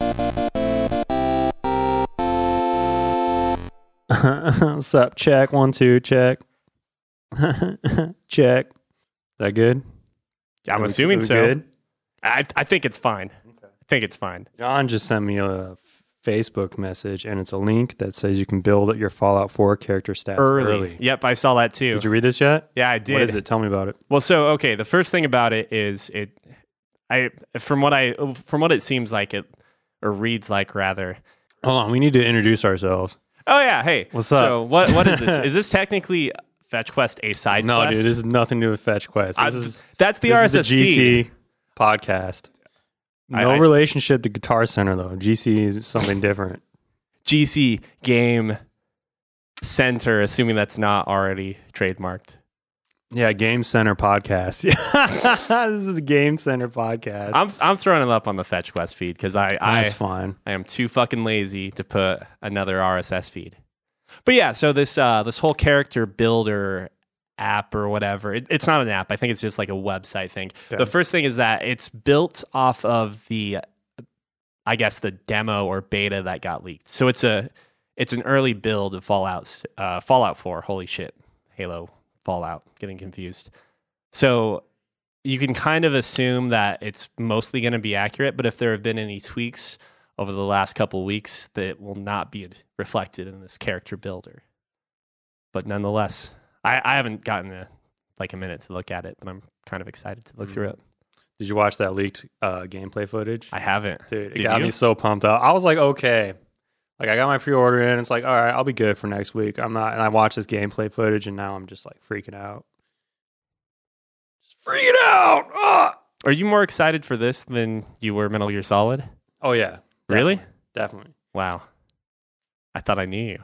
Sup, check. One, two, check. check. Is that good? Are I'm we- assuming are we so. I, I think it's fine. I think it's fine. John just sent me a Facebook message, and it's a link that says you can build your Fallout 4 character stats Early. early. Yep, I saw that too. Did you read this yet? yeah, I did. What is it? Tell me about it. Well, so okay, the first thing about it is it I from what I from what it seems like it or reads like rather. Hold on. We need to introduce ourselves. Oh yeah, hey. What's So what what is this? is this technically Fetch Quest a side No, quest? dude, this is nothing to do with Fetch Quest. This I- is that's the this RSS is the GC podcast. No I- I- relationship to Guitar Center though. GC is something different. GC Game Center, assuming that's not already trademarked. Yeah, Game Center podcast. Yeah, this is the Game Center podcast. I'm I'm throwing it up on the Fetch Quest feed because I I, That's fine. I am too fucking lazy to put another RSS feed. But yeah, so this uh, this whole character builder app or whatever, it, it's not an app. I think it's just like a website thing. Okay. The first thing is that it's built off of the, I guess the demo or beta that got leaked. So it's a it's an early build of Fallout uh, Fallout Four. Holy shit, Halo Fallout. Getting confused. So you can kind of assume that it's mostly going to be accurate, but if there have been any tweaks over the last couple weeks, that will not be reflected in this character builder. But nonetheless, I, I haven't gotten a, like a minute to look at it, but I'm kind of excited to look through it. Did you watch that leaked uh, gameplay footage? I haven't. Dude, it Did got you? me so pumped up. I was like, okay. Like I got my pre-order in. It's like, all right, I'll be good for next week. I'm not. And I watched this gameplay footage, and now I'm just like freaking out. Just freaking out. Ah! Are you more excited for this than you were Metal Gear Solid? Oh yeah. Really? Definitely. Definitely. Wow. I thought I knew you.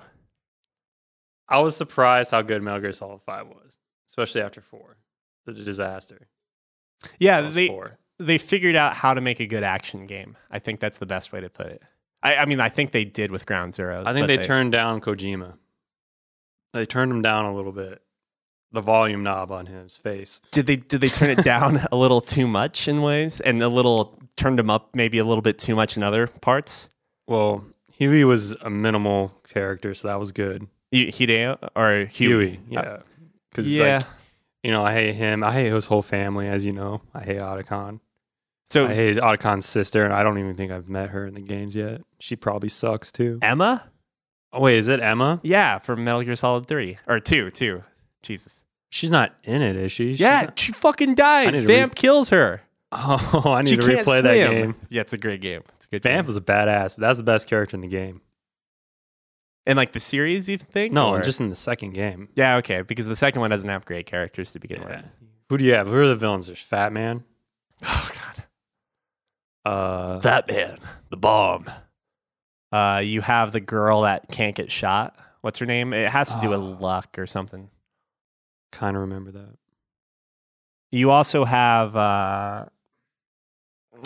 I was surprised how good Metal Gear Solid Five was, especially after four, the d- disaster. Yeah, that was they, four. they figured out how to make a good action game. I think that's the best way to put it. I, I mean, I think they did with Ground Zero. I think they, turned down Kojima. They turned him down a little bit. The volume knob on his face. Did they did they turn it down a little too much in ways, and a little turned them up maybe a little bit too much in other parts? Well, Huey was a minimal character, so that was good. You- Hideo or Huey? Huey, yeah. Because yeah. like, you know, I hate him. I hate his whole family, as you know. I hate Otacon. I so hate Otacon's sister, and I don't even think I've met her in the games yet. She probably sucks too. Emma, Oh wait, is it Emma? yeah, from Metal Gear Solid Three or two, two. Jesus. She's not in it, is she? She's yeah, not- she fucking I dies. need to Vamp kills her. Oh, I need She to can't replay that swim. game. Yeah, it's a great game. It's a good game. Vamp was a badass. But that's the best character in the game. And like the series, you think? No, or- just in the second game. yeah, okay, because the second one doesn't have great characters to begin with. Who do you have? Who are the villains? There's Fat Man. Oh god, Uh, that man, the bomb. Uh, you have the girl that can't get shot. What's her name? It has to do with Oh. luck or something. kind of remember that. You also have uh,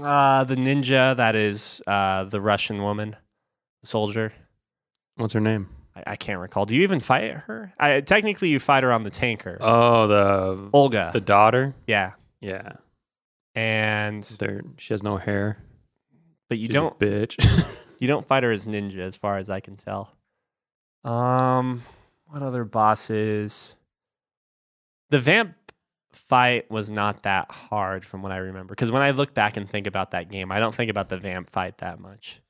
uh, the ninja that is uh, the Russian woman, soldier. What's her name? I, I can't recall. Do you even fight her? I, technically, you fight her on the tanker. Oh, the Olga. the daughter. yeah, Yeah, and there. She has no hair. but you She's don't a bitch. You don't fight her as ninja, as far as I can tell. Um, what other bosses? The vamp fight was not that hard, from what I remember. Because when I look back and think about that game, I don't think about the vamp fight that much.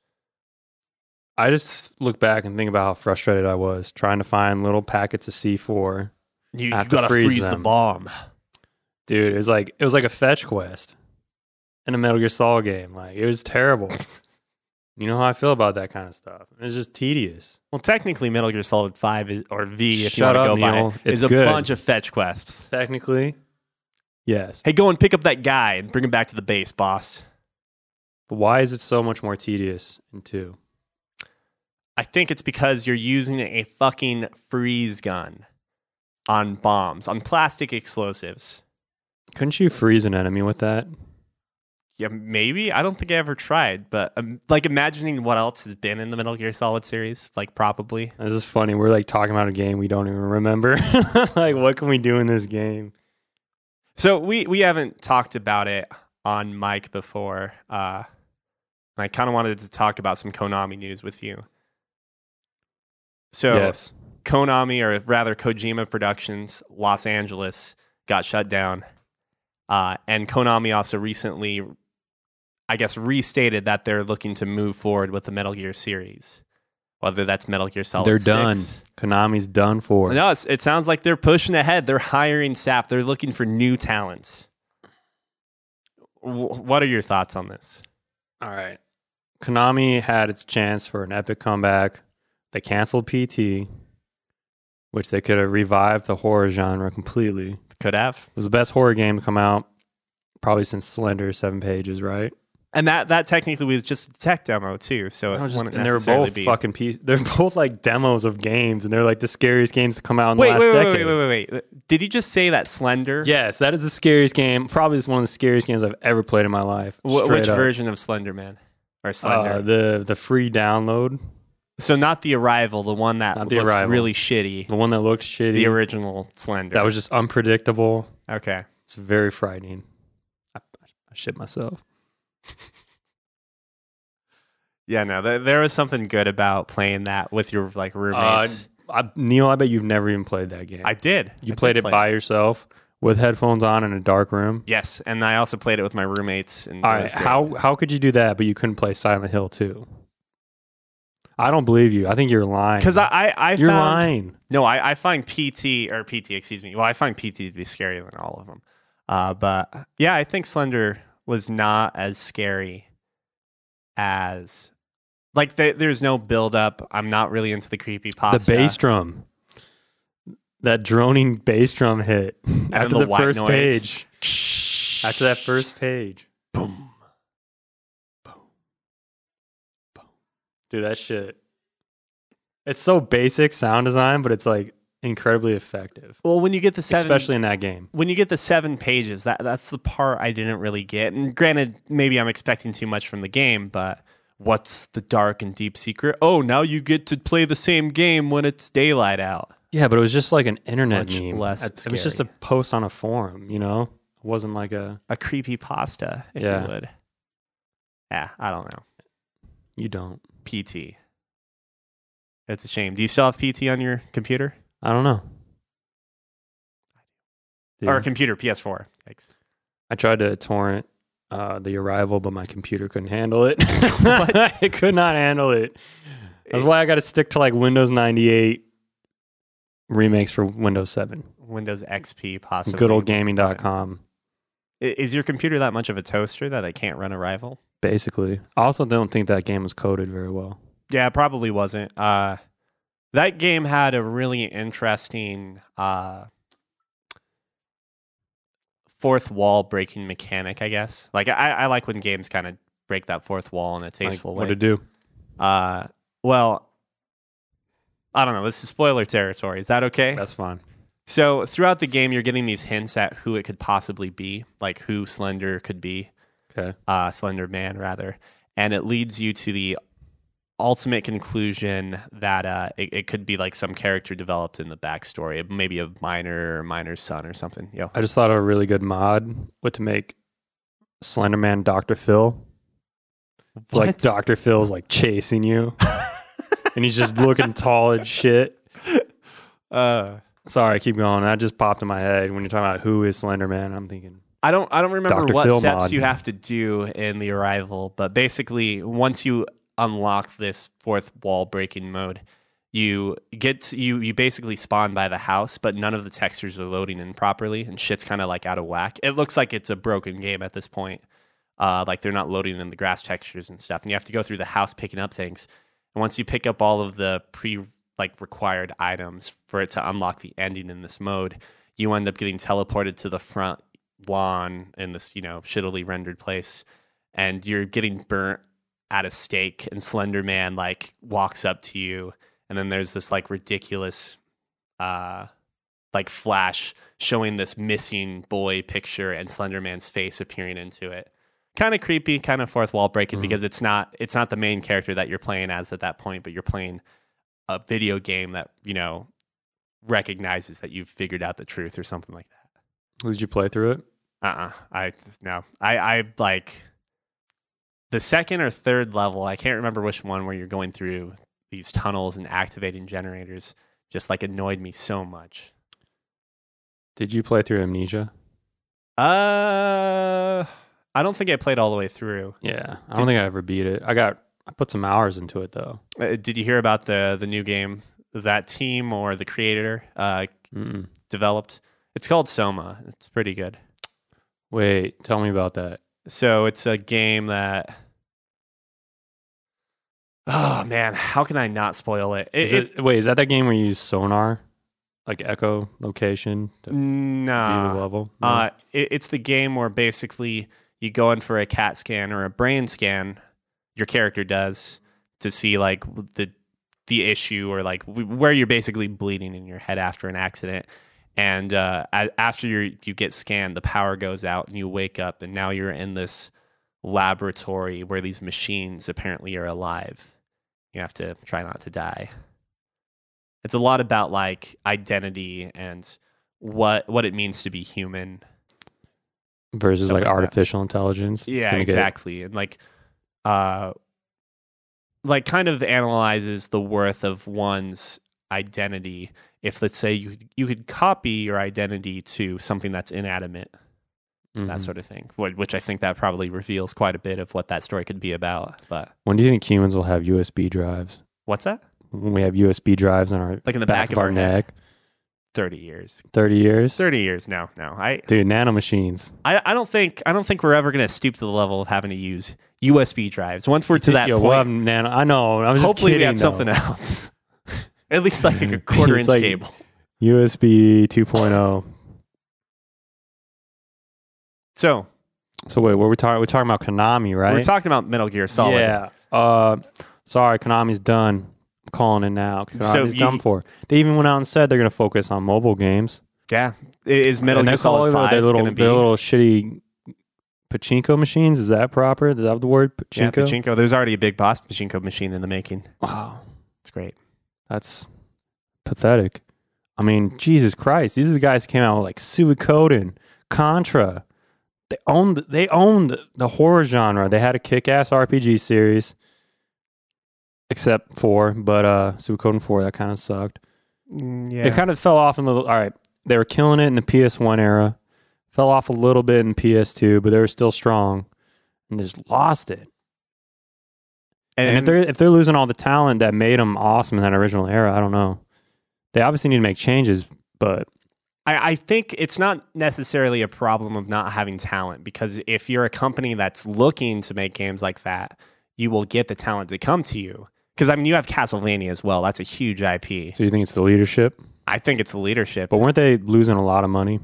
I just look back and think about how frustrated I was trying to find little packets of C4. You, you I have to gotta freeze, freeze the them. bomb. Dude, it was like it was like a fetch quest in a Metal Gear Solid game. Like it was terrible. you know how I feel about that kind of stuff. It's just tedious. Well, technically, Metal Gear Solid Five is, or V, if Shut you want up, to go Neil. by, It's is a good. bunch of fetch quests. Technically, yes. Hey, go and pick up that guy and bring him back to the base, boss. But why is it so much more tedious in two? I think it's because you're using a fucking freeze gun on bombs, on plastic explosives. Couldn't you freeze an enemy with that? Yeah, maybe. I don't think I ever tried, but um, like imagining what else has been in the Metal Gear Solid series, like probably. This is funny. We're like talking about a game we don't even remember. like, what can we do in this game? So we we haven't talked about it on mic before. Uh, and I kind of wanted to talk about some Konami news with you. So yes. Konami, or rather Kojima Productions, Los Angeles, got shut down. Uh, and Konami also recently, I guess, restated that they're looking to move forward with the Metal Gear series, whether that's Metal Gear Solid. They're done. 6. Konami's done for. No, it's, it sounds like they're pushing ahead. They're hiring staff. They're looking for new talents. W- what are your thoughts on this? All right. Konami had its chance for an epic comeback. They canceled PT, which they could have revived the horror genre completely. It Could have. was the best horror game to come out probably since Slender Seven Pages, right? And that that technically was just a tech demo too, so it No, just- wouldn't and they were necessarily both be. fucking piece. They're both like demos of games, and they're like the scariest games to come out in wait, the last wait, wait, decade. wait, wait, wait, wait. Did you just say that Slender? Yes, that is the scariest game. Probably is one of the scariest games I've ever played in my life. Wh- Straight which up. version of Slender Man or Slender? Uh, the the free download, so not the Arrival, the one that Not looked the Arrival. really shitty. the one that looked shitty. The original Slender. that was just unpredictable. okay. It's very frightening. I, I shit myself. Yeah, no, there, there was something good about playing that with your like Uh, roommates. I, Neil, I bet you've never even played that game. I did. you I did played it play by yourself with headphones on in a dark room. Yes, and I also played it with my roommates. And it All right, was great. how how could you do that? But you couldn't play Silent Hill too. I don't believe you. I think you're lying. Because I, I, I you're found, lying. No, I, I find PT or PT, excuse me. Well, I find PT to be scarier than all of them. Uh, but yeah, I think Slender was not as scary as like there there's no build up. I'm not really into the creepy pasta. The bass drum, that droning bass drum hit after the the, white first noise. page. After that first page, boom. dude, that shit. It's so basic sound design, but it's like incredibly effective, Well, when you get the seven, especially in that game. when you get the seven pages, that that's the part I didn't really get. And granted, maybe I'm expecting too much from the game, but what's the dark and deep secret? Oh, now you get to play the same game when it's daylight out. Yeah, but it was just like an internet Much meme. less it was just a scary. post on a forum, you know. It wasn't like a A creepy pasta, if Yeah. you would. Yeah, I don't know. you don't. PT. That's a shame. Do you still have PT on your computer? I don't know. Dude, Or a computer, PS4. Thanks. I tried to torrent uh, the arrival, but my computer couldn't handle it. What? it could not handle it. That's why I got to stick to like Windows 98 remakes for Windows 7. Windows XP, possibly. Good old gaming.com, I- Is your computer that much of a toaster that it can't run a rival? basically. I also don't think that game was coded very well. Yeah, it probably wasn't. Uh, that game had a really interesting uh, fourth wall breaking mechanic, I guess. Like I, I like when games kind of break that fourth wall in a Like, tasteful what way. to do? uh, well, I don't know. This is spoiler territory. Is that okay? That's fine. So throughout the game, you're getting these hints at who it could possibly be, like who Slender could be Okay. uh, Slender Man, rather, and it leads you to the ultimate conclusion that uh, it, it could be like some character developed in the backstory, maybe a minor or miner's son or something. Yo, I just thought of a really good mod what to make Slenderman Dr. Phil. It's like What? Dr. Phil's like chasing you. and he's just looking tall as shit. Uh, Sorry, keep going. That just popped in my head when you're talking about who is Slender Man. I'm thinking I don't I don't remember Dr. what Phil steps mod. you have to do in the arrival, but basically once you unlock this fourth wall breaking mode, you get to- you you basically spawn by the house, but none of the textures are loading in properly and shit's kind of like out of whack. It looks like it's a broken game at this point. Uh, like they're not loading in the grass textures and stuff, and you have to go through the house picking up things. And once you pick up all of the pre like required items for it to unlock the ending in this mode, you end up getting teleported to the front lawn in this, you know, shittily rendered place and you're getting burnt at a stake and Slender Man like walks up to you and then there's this like ridiculous uh like flash showing this missing boy picture and Slender Man's face appearing into it. Kind of creepy, kind of fourth wall breaking Mhm. because it's not it's not the main character that you're playing as at that point, but you're playing a video game that, you know, recognizes that you've figured out the truth or something like that Who Did you play through it? uh-uh i no i i like the second or third level i can't remember which one where you're going through these tunnels and activating generators just like annoyed me so much. Did you play through Amnesia? Uh, I don't think I played all the way through. Yeah, I don't think I ever beat it. I got I put some hours into it though. Uh, did you hear about the the new game that team or the creator uh, Mm-mm. developed? It's called Soma. It's pretty good. Wait, tell me about that. So it's a game that. Oh man, how can I not spoil it? Is it, wait, is that that game where you use sonar, like echo location to view the nah. level? No? Uh, it, it's the game where basically you go in for a CAT scan or a brain scan. Your character does to see like the the issue or like w- where you're basically bleeding in your head after an accident. And uh, a- after you you get scanned, the power goes out and you wake up, and now you're in this laboratory where these machines apparently are alive. You have to try not to die. It's a lot about like identity and what what it means to be human versus something like like that. artificial intelligence. It's yeah gonna get- exactly and like uh like kind of analyzes the worth of one's identity if let's say you you could copy your identity to something that's inanimate that Mhm. sort of thing wh- which i think that probably reveals quite a bit of what that story could be about but When do you think humans will have USB drives? what's that When we have USB drives in our like in the back, of our, head. neck, 30 years thirty years. 30 years no no I, Dude, nanomachines. I i don't think i don't think we're ever going to stoop to the level of having to use usb drives once we're to that Yo, point well, I'm nano. I know. I was just Hopefully, we kidding, have something though. else. At least like a quarter inch It's like- cable. USB 2.0. So So wait, what we're talking? We're talking about Konami, right? we're talking about Metal Gear Solid. Yeah. Uh, sorry, Konami's done. I'm calling it now. Konami's you- done for. They even went out and said they're going to focus on mobile games. yeah. I- Is Metal and Gear they're calling it Solid Five their little, gonna be their little shitty pachinko machines. Is that proper? Is that the word pachinko? Yeah, Pachinko? There's already a big boss Pachinko machine in the making. Wow, It's great. that's pathetic. I mean, Jesus Christ, these are the guys who came out with like Suikoden, Contra. They owned they owned the horror genre. They had a kick-ass RPG series, except for but uh Suikoden four that kind of sucked. Yeah. Mm, It kind of fell off in the all right. They were killing it in the PS1 era. Fell off a little bit in PS2, but they were still strong, and just lost it. And, if they're if they're losing all the talent that made them awesome in that original era, I don't know. They obviously need to make changes, but I, I think it's not necessarily a problem of not having talent because if you're a company that's looking to make games like that, you will get the talent to come to you. Because I mean, you have Castlevania as well. That's a huge IP. so you think it's the leadership? I think it's the leadership. But weren't they losing a lot of money?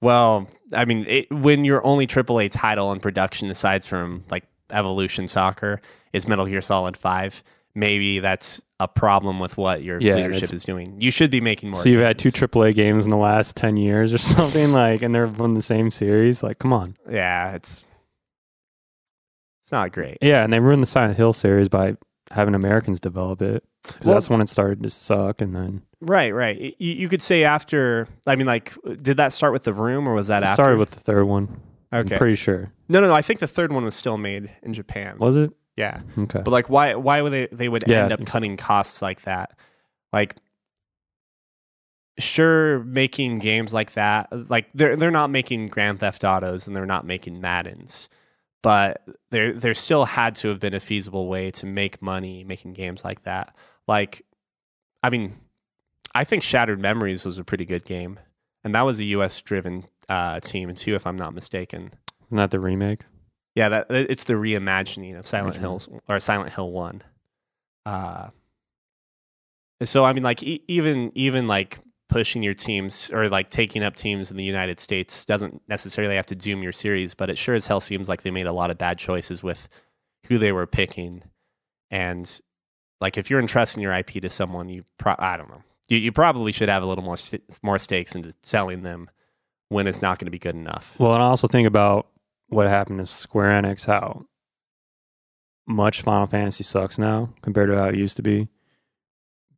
Well, I mean, it, when your only AAA title in production, aside from like Evolution Soccer, is Metal Gear Solid Five, maybe that's a problem with what your Yeah, leadership that's- is doing. You should be making more. So you've had two games. AAA games in the last ten years or something, like, and they're from the same series. Like, come on, yeah, it's it's not great. yeah. And they ruined the Silent Hill series by having Americans develop it because Well- that's when it started to suck. And then Right, right. Y- You, you could say after. I mean, like, did that start with the room or was that it after? started with the third one. Okay. I'm pretty sure. no, no, no. I think the third one was still made in Japan. Was it? Yeah. Okay. But like, why why would they they would Yeah, end I up think so. cutting costs like that? Like, sure, making games like that, like they're they're not making Grand Theft Autos and they're not making Maddens, but there there still had to have been a feasible way to make money making games like that. Like, I mean, I think Shattered Memories was a pretty good game, and that was a U.S. driven uh, team too, if I'm not mistaken. Isn't that the remake? Yeah, that it's the reimagining of Silent Original. Hills or Silent Hill One. Uh, so I mean, like e- even even like pushing your teams or like taking up teams in the United States doesn't necessarily have to doom your series, but it sure as hell seems like they made a lot of bad choices with who they were picking, and like if you're entrusting your IP to someone, you pro- I don't know, you, you probably should have a little more st- more stakes into selling them when it's not going to be good enough. Well, and I also think about what happened to Square Enix, how much Final Fantasy sucks now compared to how it used to be.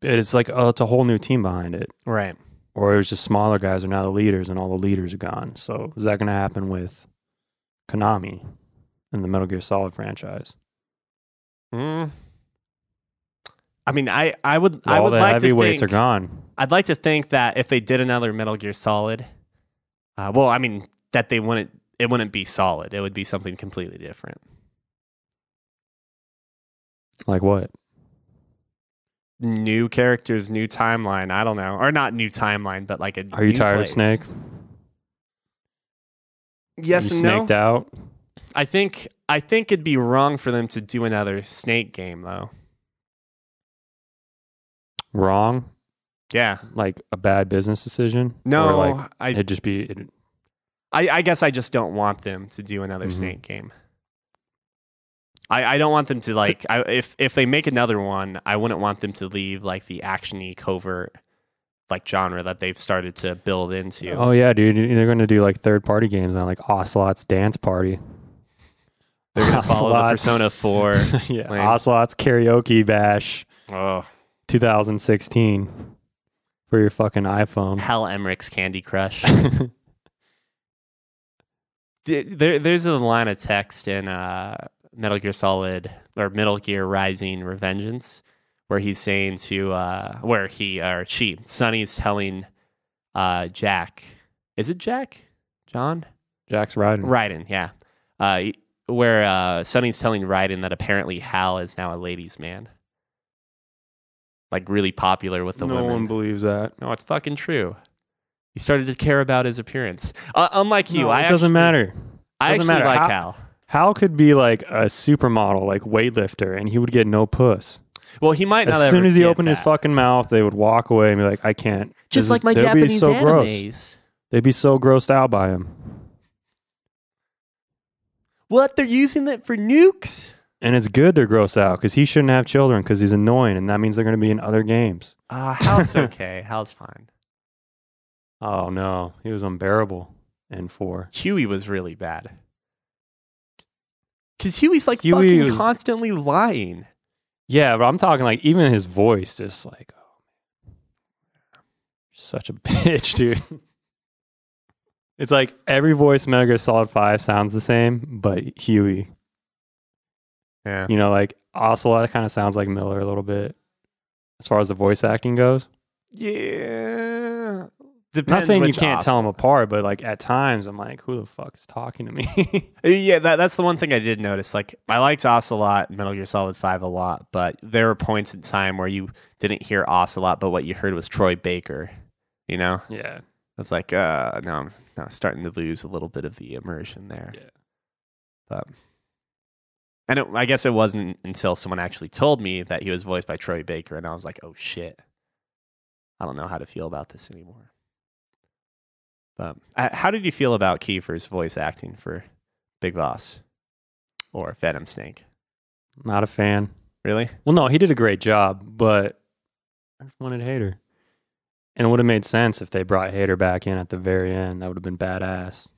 It's like, oh, it's a whole new team behind it. Right. Or it was just smaller guys are now the leaders and all the leaders are gone. So is that going to happen with Konami and the Metal Gear Solid franchise? Mm. I mean, I I would I all would the like to heavyweights think are gone. I'd like to think that if they did another Metal Gear Solid, uh, well, I mean that they wouldn't it wouldn't be solid. It would be something completely different. Like what? New characters, new timeline. I don't know, or not new timeline, but like a. Are you new tired place. of Snake? Yes you and no. snaked out. I think I think it'd be wrong for them to do another Snake game though. Wrong. Yeah. Like a bad business decision. No, Or like I, it'd just be it, I, I guess I just don't want them to do another Mhm. snake game. I, I don't want them to like I, if if they make another one, I wouldn't want them to leave like the actiony covert like genre that they've started to build into. Oh yeah, dude. They're going to do like third party games now, like Ocelot's Dance Party. They're gonna follow the Ocelot's- Persona Four. yeah, Lame. Ocelot's Karaoke Bash oh, 2016 for your fucking iPhone. Hal Emmerich's Candy Crush. D- there, there's a line of text in uh, Metal Gear Solid or Metal Gear Rising: Revengeance where he's saying to uh, where he or she Sonny's telling uh, Jack, is it Jack? John? Jack's riding. Ryden, yeah. Uh, where uh, Sonny's telling Ryden that apparently Hal is now a ladies' man, like really popular with the no women. one believes that. no, it's fucking true. He started to care about his appearance, uh, unlike you. No, I it doesn't actually- matter. I Doesn't actually matter. like Hal- Hal. Hal could be like a supermodel, like weightlifter, and he would get no puss. Well, he might not. As soon ever as he get opened his that. fucking mouth, they would walk away and be like, "I can't." This just is- like my they'd Japanese be so animes. gross. They'd be so grossed out by him, What they're using that for nukes? and it's good they're grossed out because he shouldn't have children because he's annoying, and that means they're going to be in other games. Uh, Hal's okay. Hal's fine. Oh no, he was unbearable in four. Huey was really bad. Cause Huey's like Huey fucking was- constantly lying. Yeah, but I'm talking like even his voice, just like, oh, such a bitch, dude. it's like every voice in Metal Gear Solid Five sounds the same, but Huey, Yeah. you know, like Ocelot kind of sounds like Miller a little bit as far as the voice acting goes. Yeah. Not Depends saying you which can't os- tell them apart, but like at times I'm like, who the fuck's talking to me? Uh, Yeah, that, that's the one thing I did notice. Like, I liked Ocelot, Metal Gear Solid Five a lot, but there were points in time where you didn't hear Ocelot, but what you heard was Troy Baker. You know, yeah, I was like, uh, no, I'm, no, I'm starting to lose a little bit of the immersion there. Yeah. But, and it, I guess it wasn't until someone actually told me that he was voiced by Troy Baker, and I was like, oh shit, I don't know how to feel about this anymore. But uh, how did you feel about Kiefer's voice acting for Big Boss or Venom Snake? not a fan. Really? Well, no, he did a great job, but I just wanted Hater. And it would have made sense if they brought Hater back in at the very end. That would have been badass.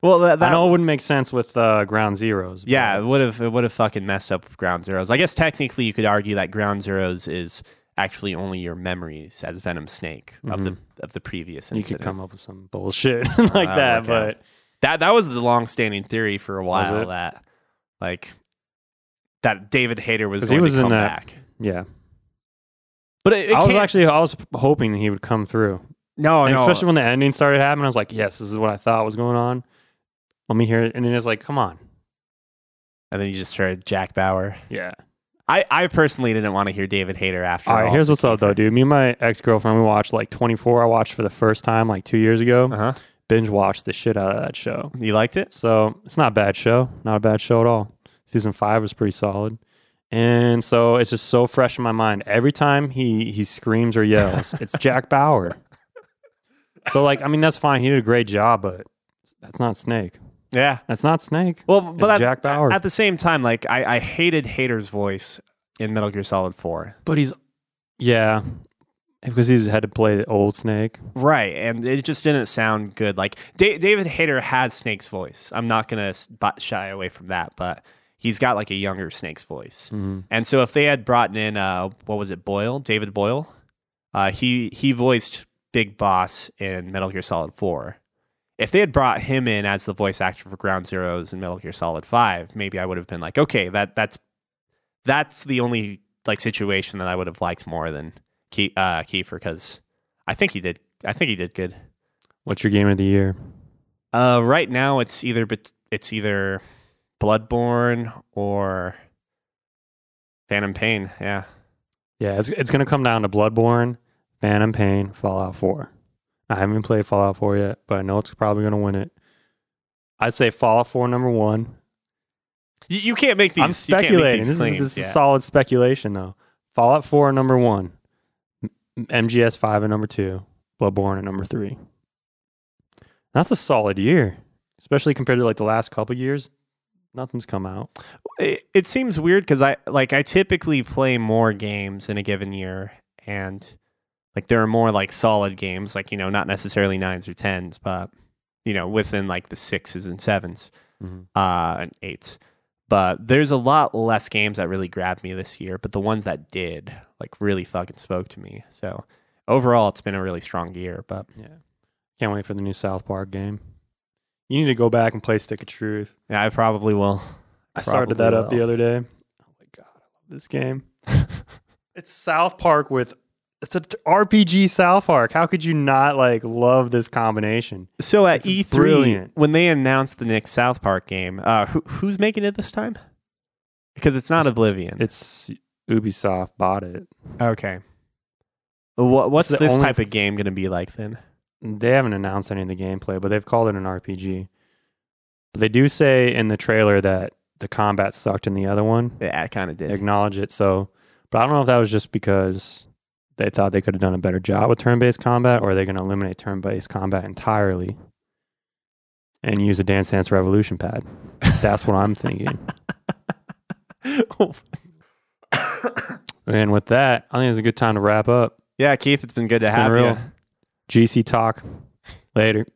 Well, that, I know it wouldn't make sense with uh, Ground Zeroes. but- Yeah, it would have it would have fucking messed up Ground Zeroes. I guess technically you could argue that Ground Zeroes is actually only your memories as Venom Snake of the of the previous Mm-hmm. you could incident. come up with some bullshit like that'll that, work out. but that that was the long-standing theory for a Was while it? that like that David Hayter was 'Cause going he was to in come that- back. yeah. But it, it I was can't- actually I was hoping he would come through, no, And no. especially when the ending started happening. I was like, "Yes, this is what I thought was going on." Let me hear it, and then it's like, "Come on, and then you just heard Jack Bauer. yeah." I, I personally didn't want to hear David Hayter after. All right, all here's the what's up though, Kiefer- dude. Me and my ex girlfriend, we watched like 24. I watched for the first time like two years ago. Uh-huh. binge watched the shit out of that show. You liked it? So it's not a bad show, not a bad show at all. Season five was pretty solid, and so it's just so fresh in my mind. Every time he he screams or yells, it's Jack Bauer. So like, I mean, that's fine. He did a great job, but that's not Snake. Yeah. That's not Snake. Well, but It's at, Jack Bauer. At the same time, like I, I hated Hater's voice in Metal Gear Solid Four, But he's yeah, because he just had to play the old Snake. right? And it just didn't sound good. Like da- David Hater has Snake's voice. I'm not gonna s- bu- shy away from that, but he's got like a younger Snake's voice. Mhm. And so if they had brought in uh, what was it, Boyle, David Boyle, uh, he he voiced Big Boss in Metal Gear Solid Four. If they had brought him in as the voice actor for Ground Zeroes in Metal Gear Solid Five, maybe I would have been like, okay, that that's that's the only like situation that I would have liked more than Ke- uh, Kiefer because I think he did. I think he did good. What's your game of the year? Uh, right now, it's either bet- it's either Bloodborne or Phantom Pain. Yeah, Yeah, it's, it's going to come down to Bloodborne, Phantom Pain, Fallout 4. I haven't played Fallout 4 yet, but I know it's probably going to win it. I'd say Fallout 4 number one. you, you can't make these. I'm you can't make speculating. these This, claims, is, this yeah. is solid speculation, though. Fallout 4 number one, M- MGS 5 at number two, Bloodborne at number three. That's a solid year, especially compared to like the last couple years. Nothing's come out. it, it seems weird because I like I typically play more games in a given year, and like there are more like solid games, like you know, not necessarily nines or tens, but you know, within like the sixes and sevens uh, and eights. But there's a lot less games that really grabbed me this year, but the ones that did like really fucking spoke to me. So overall, it's been a really strong year. But Yeah. Can't wait for the new South Park game. You need to go back and play Stick of Truth. yeah, I probably will. I started Probably that up the will. other day. Oh my god, I love this game. it's South Park with it's a t- RPG South Park. How could you not like love this combination? So at It's E3, brilliant. when they announced the next South Park game, uh, who, who's making it this time? Because it's not It's- Oblivion. It's Ubisoft bought it. okay. What, what's It's the this only- type of game going to be like then? They haven't announced any of the gameplay, but they've called it an RPG. But they do say in the trailer that the combat sucked in the other one. Yeah, I kind of did. They acknowledge it. So, but I don't know if that was just because they thought they could have done a better job with turn-based combat, or are they going to eliminate turn-based combat entirely and use a Dance Dance Revolution pad? That's what I'm thinking. and with that, I think it's a good time to wrap up. yeah, Keith, it's been good It's to been have real. you. GC talk later.